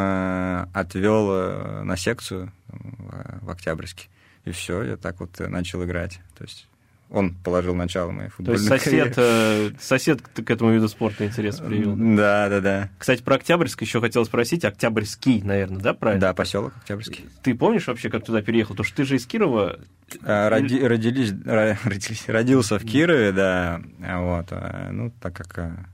отвел на секцию м, э, в Октябрьске, и все, я так вот э, начал играть, то есть он положил начало моей То футбольной есть сосед, э, сосед к к этому виду спорта интерес проявил. карьере. Да, да, да. Кстати, про Октябрьск еще хотел спросить. Октябрьский, наверное, да, правильно? Да, поселок Октябрьский. Ты помнишь вообще, как туда переехал? Потому что ты же из Кирова. А, роди- родились, ра- родились- родился в Кирове, да, а вот, а, ну, так как, а,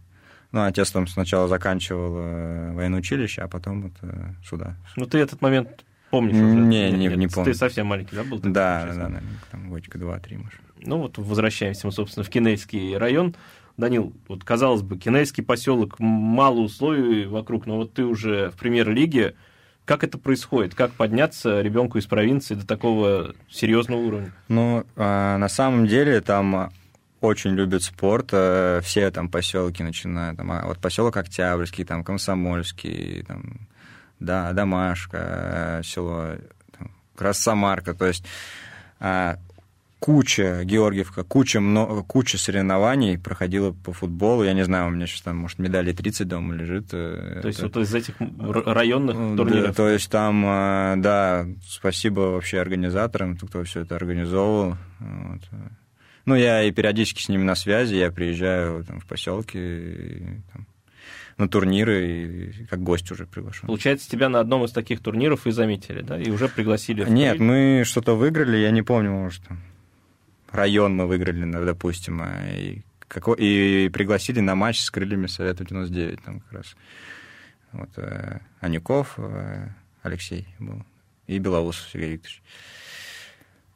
ну, отец там сначала заканчивал э, военное училище, а потом вот э, сюда. Ну, ты этот момент помнишь уже? Не, не- не Ты помню. совсем маленький, да, был? Да, да, Сейчас. да, наверное, там годика два-три, может. Ну, вот возвращаемся мы, собственно, в Кинельский район. Данил, вот, казалось бы, Кинельский поселок, м- мало условий вокруг, но вот ты уже в премьер-лиге. Как это происходит? Как подняться ребенку из провинции до такого серьезного уровня? Ну, а, на самом деле там а, очень любят спорт, э, все там поселки, начиная там, а, вот поселок Октябрьский, там Комсомольский, там, да, Домашка, э, село там, Красомарка, то есть а, куча Георгиевка, куча, мно- куча соревнований проходила по футболу, я не знаю, у меня сейчас там, может, медали 30 дома лежит. э, То есть вот из этих р- районных Ну, да, турниров. то есть там, э, да, спасибо вообще организаторам, кто все это организовывал. Вот. Ну, я и периодически с ними на связи, я приезжаю там, в поселки и, там, на турниры, и как гость уже приглашен. Получается, тебя на одном из таких турниров и заметили, да? И уже пригласили. в Нет, турнир. мы что-то выиграли, я не помню, может, там, район мы выиграли, ну, допустим, а, и, како- и пригласили на матч с крыльями Совета 99, там как раз. Вот э, Анюков, э, Алексей был, и Белоусов Сергей Викторович.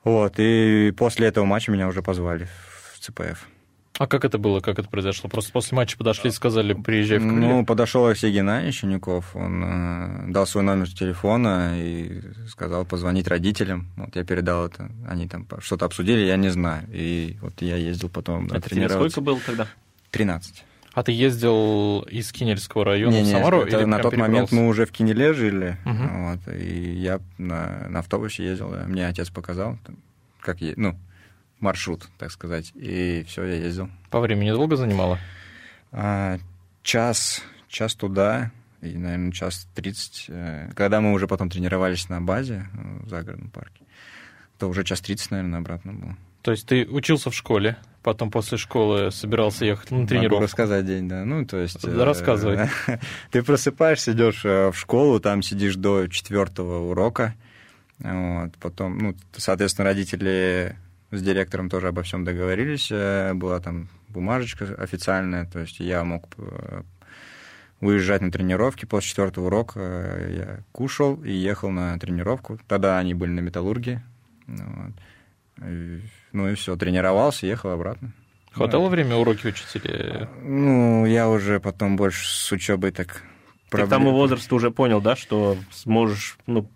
Вот, и после этого матча меня уже позвали в ЦПФ. А как это было, как это произошло? Просто после матча подошли и сказали, приезжай в Крылья. Ну, подошел Алексей Геннадьевич Анюков, он э, дал свой номер телефона и сказал позвонить родителям. Вот я передал это, они там по- что-то обсудили, я не знаю. И вот я ездил потом ну, на Это тебе тренироваться. сколько было тогда? 13. А ты ездил из Кинельского района в Не-не, Самару? это или на прям тот момент перебрался? мы уже в Кинеле жили, Мгм. вот, и я на, на автобусе ездил, да. мне отец показал, там, как е- ну, маршрут, так сказать, и все, я ездил. По времени долго занимало? А, час, час туда, и, наверное, час 30. э, Когда мы уже потом тренировались на базе э, в загородном парке, то уже час 30, наверное, обратно было. То есть ты учился в школе, потом после школы собирался ехать на Могу тренировку. рассказать день, да. Ну, то есть... э, Рассказывай. Ты просыпаешься, идешь э, в школу, там сидишь до четвертого урока. Вот, потом, ну, соответственно, родители с директором тоже обо всем договорились. э, Была там бумажечка официальная, то есть я мог э, уезжать на тренировки. После четвертого урока э, я кушал и ехал на тренировку. Тогда они были на металлурге. Вот. И, ну и все, тренировался, ехал обратно. Хватало времени уроки учителя? Ну, я уже потом больше с учебой Ты так... к проблем- тому возрасту уже понял, да, что сможешь ну,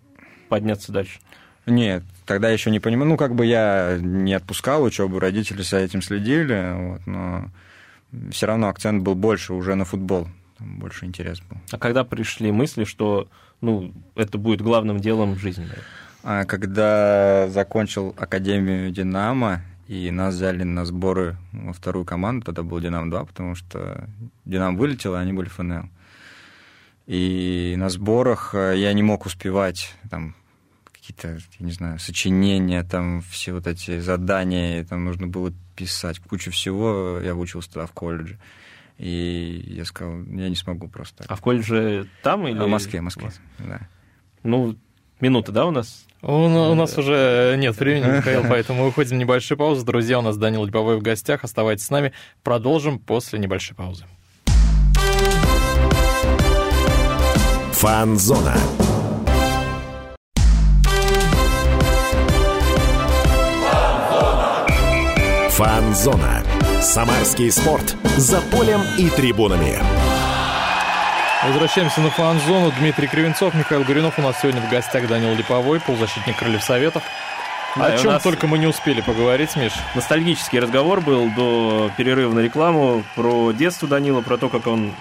подняться дальше. Нет, тогда еще не понимал. Ну, как бы я не отпускал учебу, родители за этим следили, вот, но все равно акцент был больше уже на футбол. Там больше интерес был. А когда пришли мысли, что ну, это будет главным делом в жизни? наверное? А когда закончил Академию «Динамо», и нас взяли на сборы во вторую команду, тогда был «Динамо-2», потому что «Динамо» вылетело, а они были ФНЛ. И на сборах э, я не мог успевать там какие-то, я не знаю, сочинения, там все вот эти задания, и там нужно было писать кучу всего. Я выучился тогда в колледже. И я сказал, я не смогу просто. А в колледже там Ну, или... А, в Москве, в Москве, да. Ну, минута, да, у нас? У, на- у нас уже нет времени, Михаил, поэтому уходим на небольшую паузу. Друзья, у нас Данил Льбовой в гостях. Оставайтесь с нами. Продолжим после небольшой паузы. Фанзона. Фанзона. Самарский спорт. За полем и трибунами. Возвращаемся на фан-зону. Дмитрий Кривенцов, Михаил Горюнов. У нас сегодня в гостях Данил Липовой, полузащитник Крыльев Советов. Да, и О у чем нас- только мы не успели поговорить, Миш. Ностальгический разговор был до перерыва на рекламу про детство Данила, про то, как он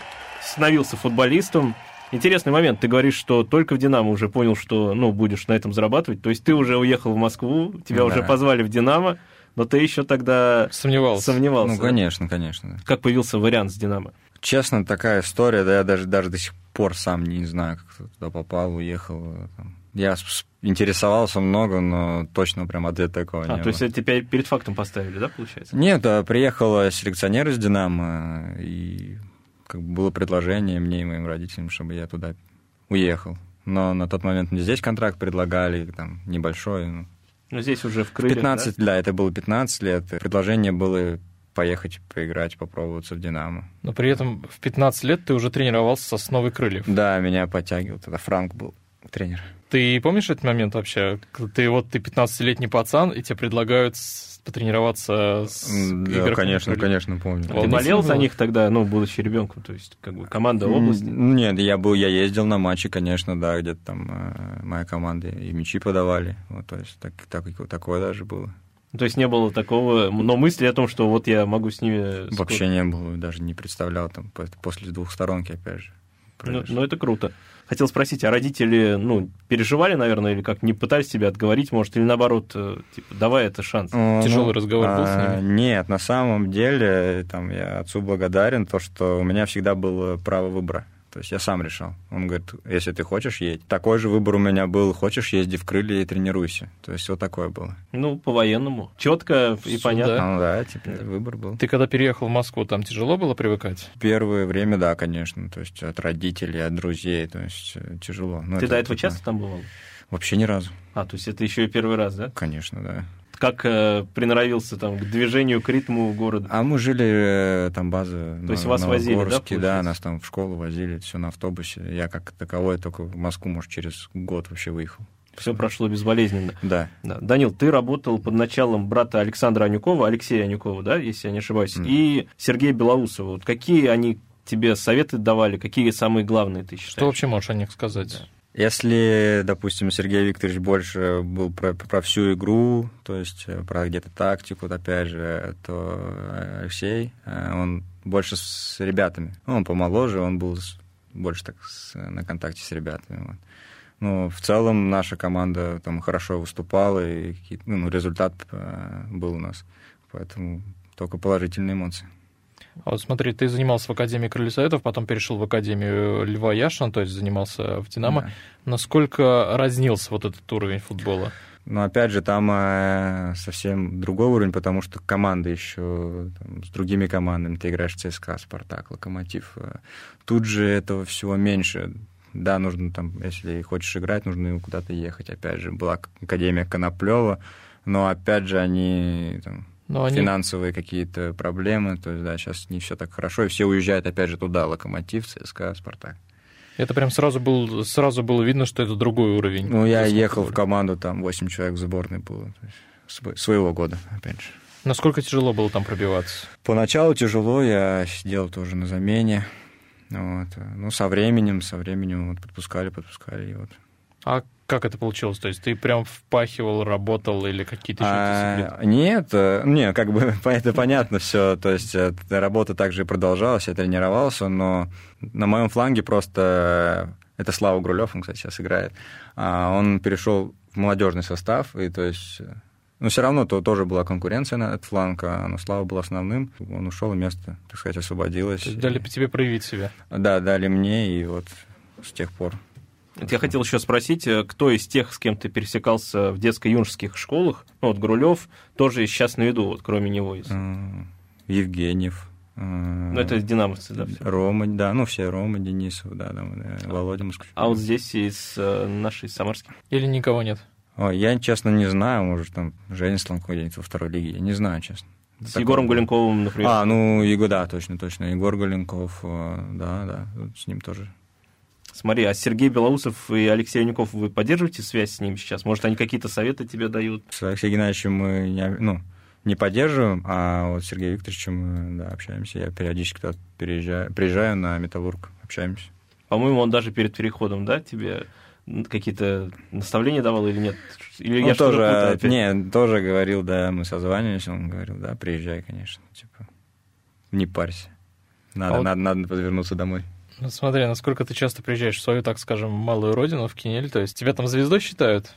становился футболистом. Интересный момент. Ты говоришь, что только в «Динамо» уже понял, что ну, будешь на этом зарабатывать. То есть ты уже уехал в Москву, тебя Да. уже позвали в «Динамо», но ты еще тогда Сомневался. сомневался. Ну, конечно, конечно. да. Как появился вариант с «Динамо»? А, Честно, такая история, да, я даже, даже до сих пор сам не знаю, как кто туда попал, уехал. э, там. Я с- с- интересовался много, но точно прям ответа такого не А, было. то есть это тебя перед фактом поставили, да, получается? Нет, а, приехал селекционер из «Динамо», и как бы было предложение мне и моим родителям, чтобы я туда уехал. Но на тот момент мне здесь контракт предлагали, там, небольшой. ну, Ну, здесь уже в крыльях, 15, да? это было 15 лет. Предложение было поехать, поиграть, попробоваться в «Динамо». Но при этом в 15 лет ты уже тренировался с основой крыльев. Да, меня подтягивал, тогда Франк был тренер. Ты помнишь этот момент вообще? К- Ты вот ты 15-летний пацан, и тебе предлагают с- потренироваться с М, Да, игроком конечно, крыльев. конечно, помню. да? Ты Волнительно болел за было. них тогда, ну, будучи ребенком, то есть как бы команда области. М, Нет, я был, я ездил на матчи, конечно, да, где-то там э, моя команда и мячи подавали. Вот, то есть так, так, такое даже было. То есть не было такого, но мысли о том, что вот я могу с ними... Ну, Вообще не было, даже не представлял там по- после двух сторонки, опять же. Ну, произошло. ну, это круто. Хотел спросить, а родители, ну, переживали, наверное, или как, не пытались тебя отговорить, может, или наоборот, э, типа, давай это шанс? Э, тяжелый разговор был с а, Нет, на самом деле, э, там, я отцу благодарен, то, что у меня всегда было право выбора. То есть я сам решал. Он говорит, если ты хочешь едь. Такой же выбор у меня был, хочешь езди в крылья и тренируйся. То есть вот такое было. Ну, по-военному. Четко и Сюда. понятно. Ну да, теперь выбор был. Ты когда переехал в Москву, там тяжело было привыкать? Первое время, да, конечно, то есть от родителей, от друзей, то есть э, тяжело. Ну, Ты это- до этого это- часто там бывал? Вообще ни разу, А, то есть это еще и первый раз, да? конечно, да. Как э, приноровился там к движению, к ритму города? А мы жили э, там база. То есть вас возили, да, да, получается? нас там в школу возили, все на автобусе. Я как таковой только в Москву, может, через год вообще выехал. Все прошло безболезненно. Да. Да. Данил, ты работал под началом брата Александра Анюкова, Алексея Анюкова, да, если я не ошибаюсь, Мгм. и Сергея Белоусова. Вот какие они тебе советы давали, какие самые главные ты считаешь? Что вообще можешь о них сказать? Если, допустим, Сергей Викторович больше был про, про всю игру, то есть э, про где-то тактику, вот опять же, то э, Алексей, э, он больше с ребятами. Ну, Он помоложе, он был с- больше так с- на контакте с ребятами. вот. Ну, в целом наша команда там хорошо выступала, и какие-то, ну, результат э, был у нас. Поэтому только положительные эмоции. А вот смотри, ты занимался в Академии Крыльев Советов, потом перешел в Академию Льва Яшина, то есть занимался в «Динамо». Да. Насколько разнился вот этот уровень футбола? Но опять же, там э, совсем другой уровень, потому что команда еще там, с другими командами. Ты играешь в ЦСКА, Спартак, Локомотив. э, Тут же этого всего меньше. Да, нужно там, если хочешь играть, нужно куда-то ехать. Опять же, была к- Академия Коноплева, но опять же они там, Но Ну, они... финансовые какие-то проблемы. То есть, да, сейчас не все так хорошо. И все уезжают опять же туда, Локомотив, ЦСКА, Спартак. Это прям сразу, был, сразу было видно, что это другой уровень. Ну, я То есть ехал в футбола. команду, там 8 человек в сборной было. то есть, сво- своего года, опять же. Насколько тяжело было там пробиваться? Поначалу тяжело, я сидел тоже на замене. Вот. Ну, со временем, со временем вот подпускали, подпускали. И вот. А как это получилось? То есть ты прям впахивал, работал или какие-то еще А, дисциплины? нет, э, не, как бы по- это понятно все. То есть э, т- работа также и продолжалась, я тренировался, но на моем фланге просто э, это Слава Грулев, он, кстати, сейчас играет. а, Он перешел в молодежный состав, и то есть э, ну, все равно то тоже была конкуренция на этот фланг, а, но Слава был основным. Он ушел, и место, так сказать, освободилось. То есть дали по тебе проявить себя. Да, дали мне, и вот с тех пор. Вот я хотел еще спросить, э, кто из тех, с кем ты пересекался в детско-юношеских школах, ну, вот Грулев, тоже сейчас на виду, вот кроме него есть. э, Евгеньев. Ну, это динамовцы, да, все. Рома, да, ну все, Рома, Денисов, да, там, э, Володя Москвич. А вот здесь из э, нашей Самарской. Или никого нет? Ой, я, честно, не знаю, может, там Женя Слонко где-нибудь во второй лиге, я не знаю, честно. А, С Такого- Егором Гуленковым, например. А, ну, Его, да, точно, точно, Егор Голенков, э, да, да, вот с ним тоже. Смотри, а Сергей Белоусов и Алексей Юников, вы поддерживаете связь с ними сейчас? Может, они какие-то советы тебе дают? С Алексеем Геннадьевичем мы не, ну, не поддерживаем, а вот с Сергеем Викторовичем мы да, общаемся. Я периодически туда переезжаю, приезжаю на Металлург, общаемся. По-моему, он даже перед переходом, да, тебе какие-то наставления давал или нет? Или Ну, я что-то тоже, путаю а, опять? не, тоже говорил, да, мы созванивались, он говорил, да, приезжай, конечно, типа, не парься. Надо, А вот- надо, надо подвернуться домой. Ну, смотря, насколько ты часто приезжаешь в свою, так скажем, малую родину, в Кинель, то есть тебя там звездой считают?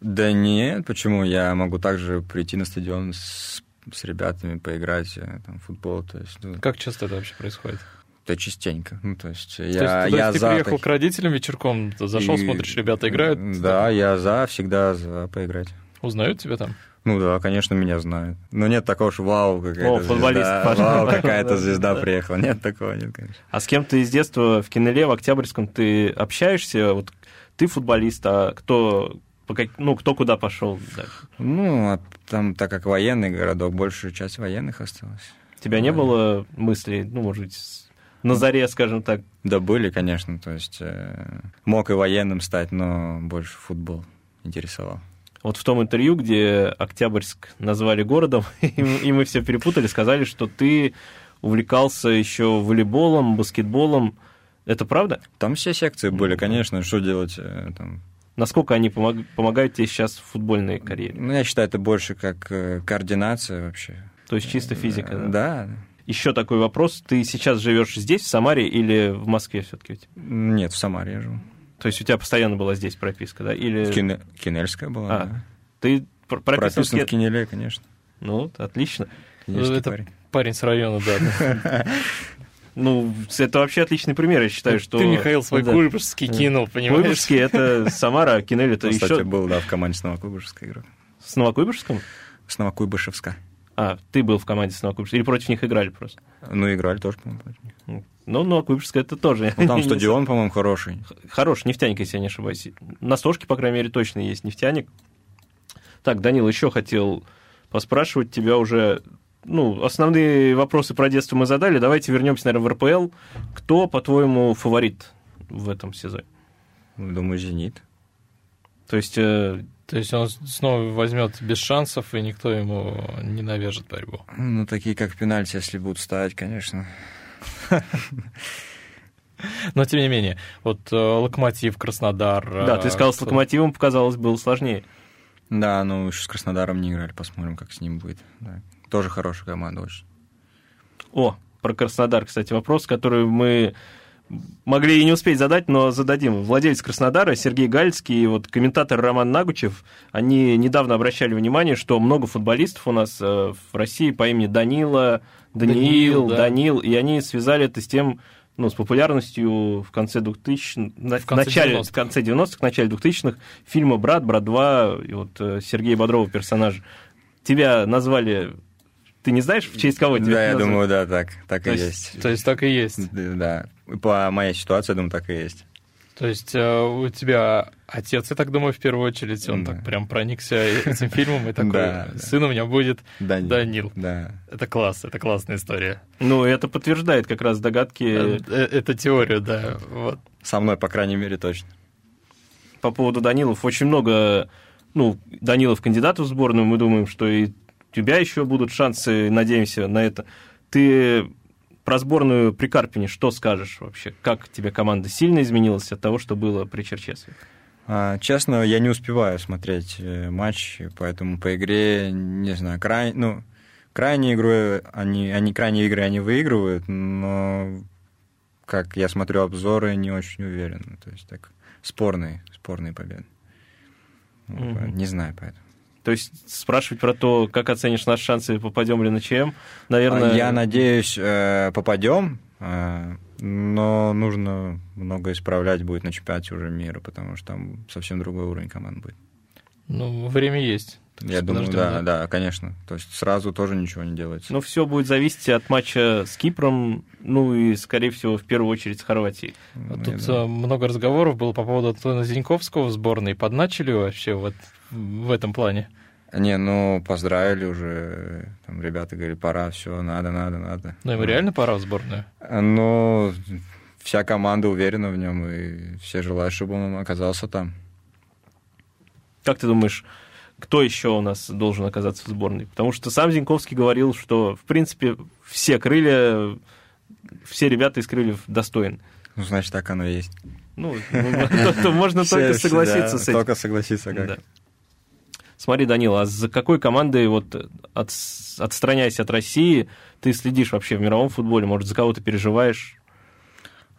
Да нет, почему? Я могу также прийти на стадион с, с ребятами, поиграть э, там, в футбол, то есть, ну, Как часто это вообще происходит? да, частенько. Ну, то есть, то я, есть, то есть я ты за приехал таки- к родителям вечерком, ты зашел, и- смотришь, ребята играют, ты Да, я за, всегда за поиграть. там- узнают тебя там? Ну да, конечно, меня знают. Но нет такого, что вау, какая-то О, футболист звезда, пошел. вау, какая-то Да, звезда да. приехала. Нет такого, нет, конечно. А с кем ты из детства в Кинеле, в Октябрьском, ты общаешься? Вот ты футболист, а кто, по как- ну, кто куда пошел? Да. Ну, а там, так как военный городок, большая часть военных осталась. У тебя не Да. было мыслей, ну, может быть, с- на заре, скажем так, Да были, конечно, то есть э, мог и военным стать, но больше футбол интересовал. Вот в том интервью, где Октябрьск назвали городом, и мы- и мы все перепутали, сказали, что ты увлекался еще волейболом, баскетболом. Это правда? Там все секции были, конечно, что делать э, там. Насколько они помог- помогают тебе сейчас в футбольной карьере? Ну, я считаю, это больше как э, координация вообще. То есть чисто физика. да? Да. Еще такой вопрос. Ты сейчас живешь здесь, в Самаре, или в Москве все-таки? Нет, в Самаре я живу. То есть у тебя постоянно была здесь прописка, да? Или Кине- Кинельская была. А, да. ты пр- прописан в Прописан в Ке- Кинеле, конечно. Ну, отлично. Есть Ну, это- парень. Парень с района, да. Ну, это вообще отличный пример, я считаю, что... Ты, Михаил, свой Да. куйбышевский кинул, понимаешь? Куйбышевский — это Самара, а Кинель — это Он, Ну, Кстати, еще... был, да, в команде с Новокуйбышевской игрок. С Новокуйбышевском? С Новокуйбышевска. А, ты был в команде с Новокуйбышевском. Или против них играли просто? Ну, играли тоже, по-моему. против них. Ну, Новокуйбышевская это тоже. Ну, там не стадион, по-моему, хороший. знаю. Хорош, нефтяник, если я не ошибаюсь. На сторожке, по крайней мере, точно есть нефтяник. Так, Данил, еще хотел поспрашивать тебя уже... Ну, основные вопросы про детство мы задали. Давайте вернемся, наверное, в РПЛ. Кто, по-твоему, фаворит в этом сезоне? Ну, Думаю, «Зенит». То есть, э, То есть он снова возьмет без шансов, и никто ему не навяжет борьбу. Ну, такие как пенальти, если будут ставить, конечно. Но тем не менее, вот э, Локомотив, Краснодар. А, да, ты э, сказал, с кто- Локомотивом, показалось, было сложнее. Да, ну, еще с Краснодаром не играли, посмотрим, как с ним будет. Да. Тоже хорошая команда очень. О, про Краснодар, кстати, вопрос, который мы могли и не успеть задать, но зададим. Владелец Краснодара Сергей Гальский и вот комментатор Роман Нагучев, они недавно обращали внимание, что много футболистов у нас э, в России по имени Данила, Даниил, Даниил, да. Данил, и они связали это с тем, ну, с популярностью в конце 2000 на- В конце начале, 90-х. в конце 90-х, начале 2000-х, фильма «Брат», «Брат 2», и вот э, Сергея Бодрова персонаж. Тебя назвали... Ты не знаешь, в честь кого тебя да, я назвали? думаю, да, так, так То и есть- есть. То есть так и есть. Да, да. по моей ситуации, я думаю, так и есть. То есть э, у тебя отец, я так думаю, в первую очередь, он Да. так прям проникся этим фильмом и Да, такой, да. сын у меня будет Данил. Данил. Да. Это класс, это классная история. Ну, это подтверждает как раз Э, догадки э, Это теория, да. Вот. Со мной, по крайней мере, точно. по поводу Данилов. Очень много, ну, Данилов кандидатов в сборную, мы думаем, что и у тебя еще будут шансы, надеемся на это. Ты про сборную при Карпине что скажешь вообще? Как тебе команда сильно изменилась от того, что было при Черчесове? А, честно, я не успеваю смотреть э, матчи, поэтому по игре, не знаю, край, ну, крайние игры, они, они, крайние игры они выигрывают, но как я смотрю обзоры, не очень уверен. То есть так спорные, спорные победы. Ну, Мгм. по- Не знаю поэтому. То есть спрашивать про то, как оценишь наши шансы, попадем ли на ЧМ, наверное... А Я надеюсь, э, попадем, э, но нужно много исправлять будет на чемпионате уже мира, потому что там совсем другой уровень команд будет. Ну, время есть. Так Я что думаю, подождем, да, да, конечно. То есть сразу тоже ничего не делается. Но все ну, будет зависеть от матча с Кипром, ну и, скорее всего, в первую очередь с Хорватией. Ну, А я Тут думаю. э, много разговоров было по поводу Антона Зиньковского в сборной. Подначили вообще вот в этом плане? Не, ну поздравили уже. Там Ну, Ну. ребята говорили, пора, все, надо, надо, надо. Ну, ему реально пора в сборную? Ну, вся команда уверена в нем, и все желают, чтобы он оказался там. Как ты думаешь, кто еще у нас должен оказаться в сборной? Потому что сам Зиньковский говорил, что, в принципе, все крылья, все ребята из крыльев достойны. Ну, значит, так оно и есть. Ну, то- то можно Ну, только Все- согласиться да, с этим. Только согласиться, как. Да. Смотри, Данила, а за какой командой, вот от, отстраняясь от России, ты следишь вообще в мировом футболе? Может, за кого ты переживаешь?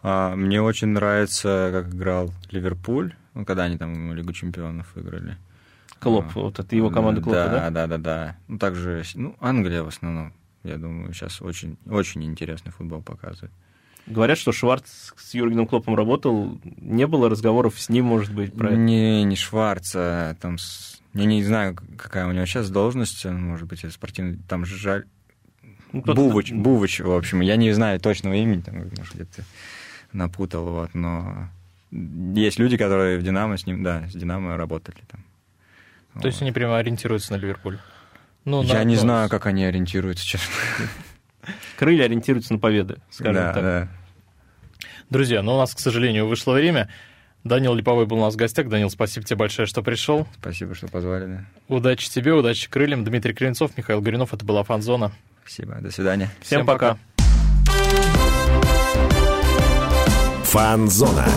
А, мне очень нравится, как играл Ливерпуль, ну, когда они там Лигу чемпионов выиграли. Клоп, А, вот это его команда Клопа, да? Да, да, да, да. Ну, также, ну, Англия в основном, я думаю, сейчас очень, очень интересный футбол показывает. Говорят, что Шварц с Юргеном Клопом работал, не было разговоров с ним, может быть, про это. Не, не Шварц, а там, с- я не знаю, какая у него сейчас должность, он, может быть, спортивный, там же жаль, Ну, кто-то- Бувыч, Бувыч, в общем, я не знаю точного имени, там, может, где-то напутал, вот, но есть люди, которые в Динамо с ним, да, с Динамо работали там. То есть Вот. они прямо ориентируются на Ливерпуль. Ну, я на- не на- знаю, как они ориентируются, честно. Крылья ориентируются на победы, скажем Да, так. да. Друзья, но у нас, к сожалению, вышло время. Данил Липовой был у нас в гостях. Данил, спасибо тебе большое, что пришел. Спасибо, что позвали. да. Удачи тебе, удачи крыльям. Дмитрий Кривенцов, Михаил Горюнов. Это была Фанзона. Спасибо. До свидания. Всем пока. Фанзона.